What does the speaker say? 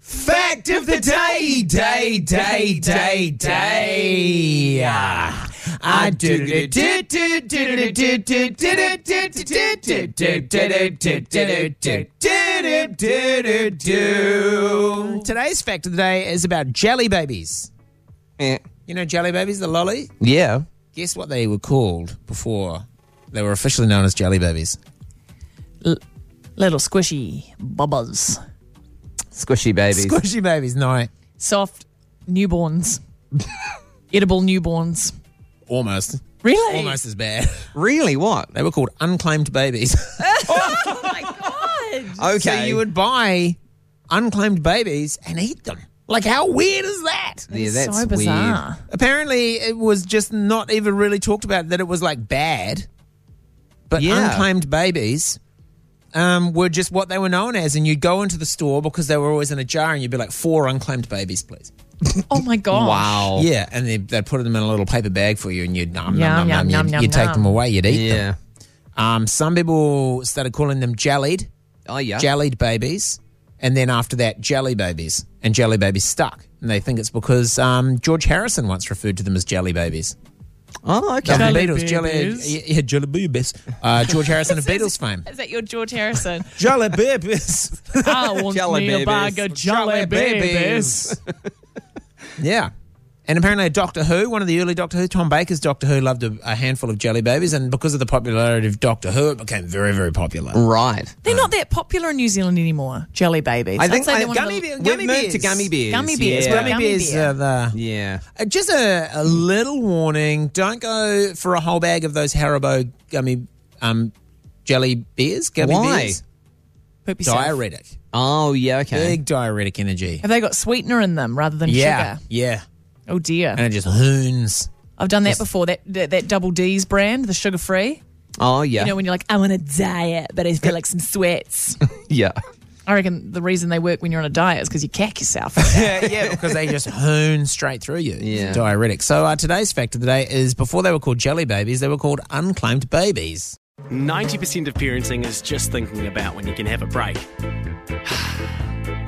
Fact of the day, day, day, day, day. Ah, ah, do-do-do-do-do-do-do-do-do-do-do-do-do-do-do. Today's fact of the day is about jelly babies. Eh, You know jelly babies, the lolly? Yeah. Guess what they were called before they were officially known as jelly babies? Little squishy bubbles. Squishy babies. Squishy babies, no. Soft newborns. Edible newborns. Almost. Really? Almost as bad. really? What? They were called unclaimed babies. Okay. So you would buy unclaimed babies and eat them. Like, how weird is that? yeah, that's so bizarre. Apparently, it was just not even really talked about that it was like bad, but Yeah. unclaimed babies. Um, were just what they were known as, and you'd go into the store because they were always in a jar, and you'd be like, four unclaimed babies, please." Oh my gosh. Wow. Yeah, and they they put them in a little paper bag for you, and you'd nom, nom, Yum, nom, yum, nom, yum, you'd, yum, you'd take yum. them away, you'd eat them. Yeah. Um, some people started calling them jellied, Oh yeah. jellied babies, and then after that, jelly babies, and jelly babies stuck. And they think it's because um, George Harrison once referred to them as jelly babies. oh The okay. Jelly Beatles, jelly, babies. yeah, yeah, jelly babies. Uh, George Harrison of Beatles fame. Is that your George Harrison? Jelly babies. I want Jelly me babies. a bag of Jelly jelly babies. babies. yeah. And apparently, Doctor Who, one of the early Doctor Who, Tom Baker's Doctor Who, loved a, a handful of jelly babies, and because of the popularity of Doctor Who, it became very, very popular. Right. They're not that popular in New Zealand anymore. Jelly babies. I think I'd say I, they're one of gummy, the- bears. gummy we've moved bears. to gummy bears. Gummy bears, Yeah. Gummy, Gummy bears bear. are uh, the yeah. Uh, Just a, a little warning: don't go for a whole bag of those Haribo gummy um, jelly beers. Gummy Why? bears, Poopy stuff. diuretic, Oh yeah. Okay. big diuretic energy. Have they got sweetener in them rather than Yeah, sugar? yeah, Oh dear. and it just hoons. I've done that before. That, that that double D's brand, the sugar free. Oh yeah. You know, when you're like, I want a diet, but I feel like some sweats. yeah. I reckon the reason they work when you're on a diet is because you cack yourself. That's yeah, yeah, because they just hoon straight through you. It's Yeah. diuretic. So uh, today's fact of the day is: before they were called jelly babies, they were called unclaimed babies. 90% of parenting is just thinking about when you can have a break.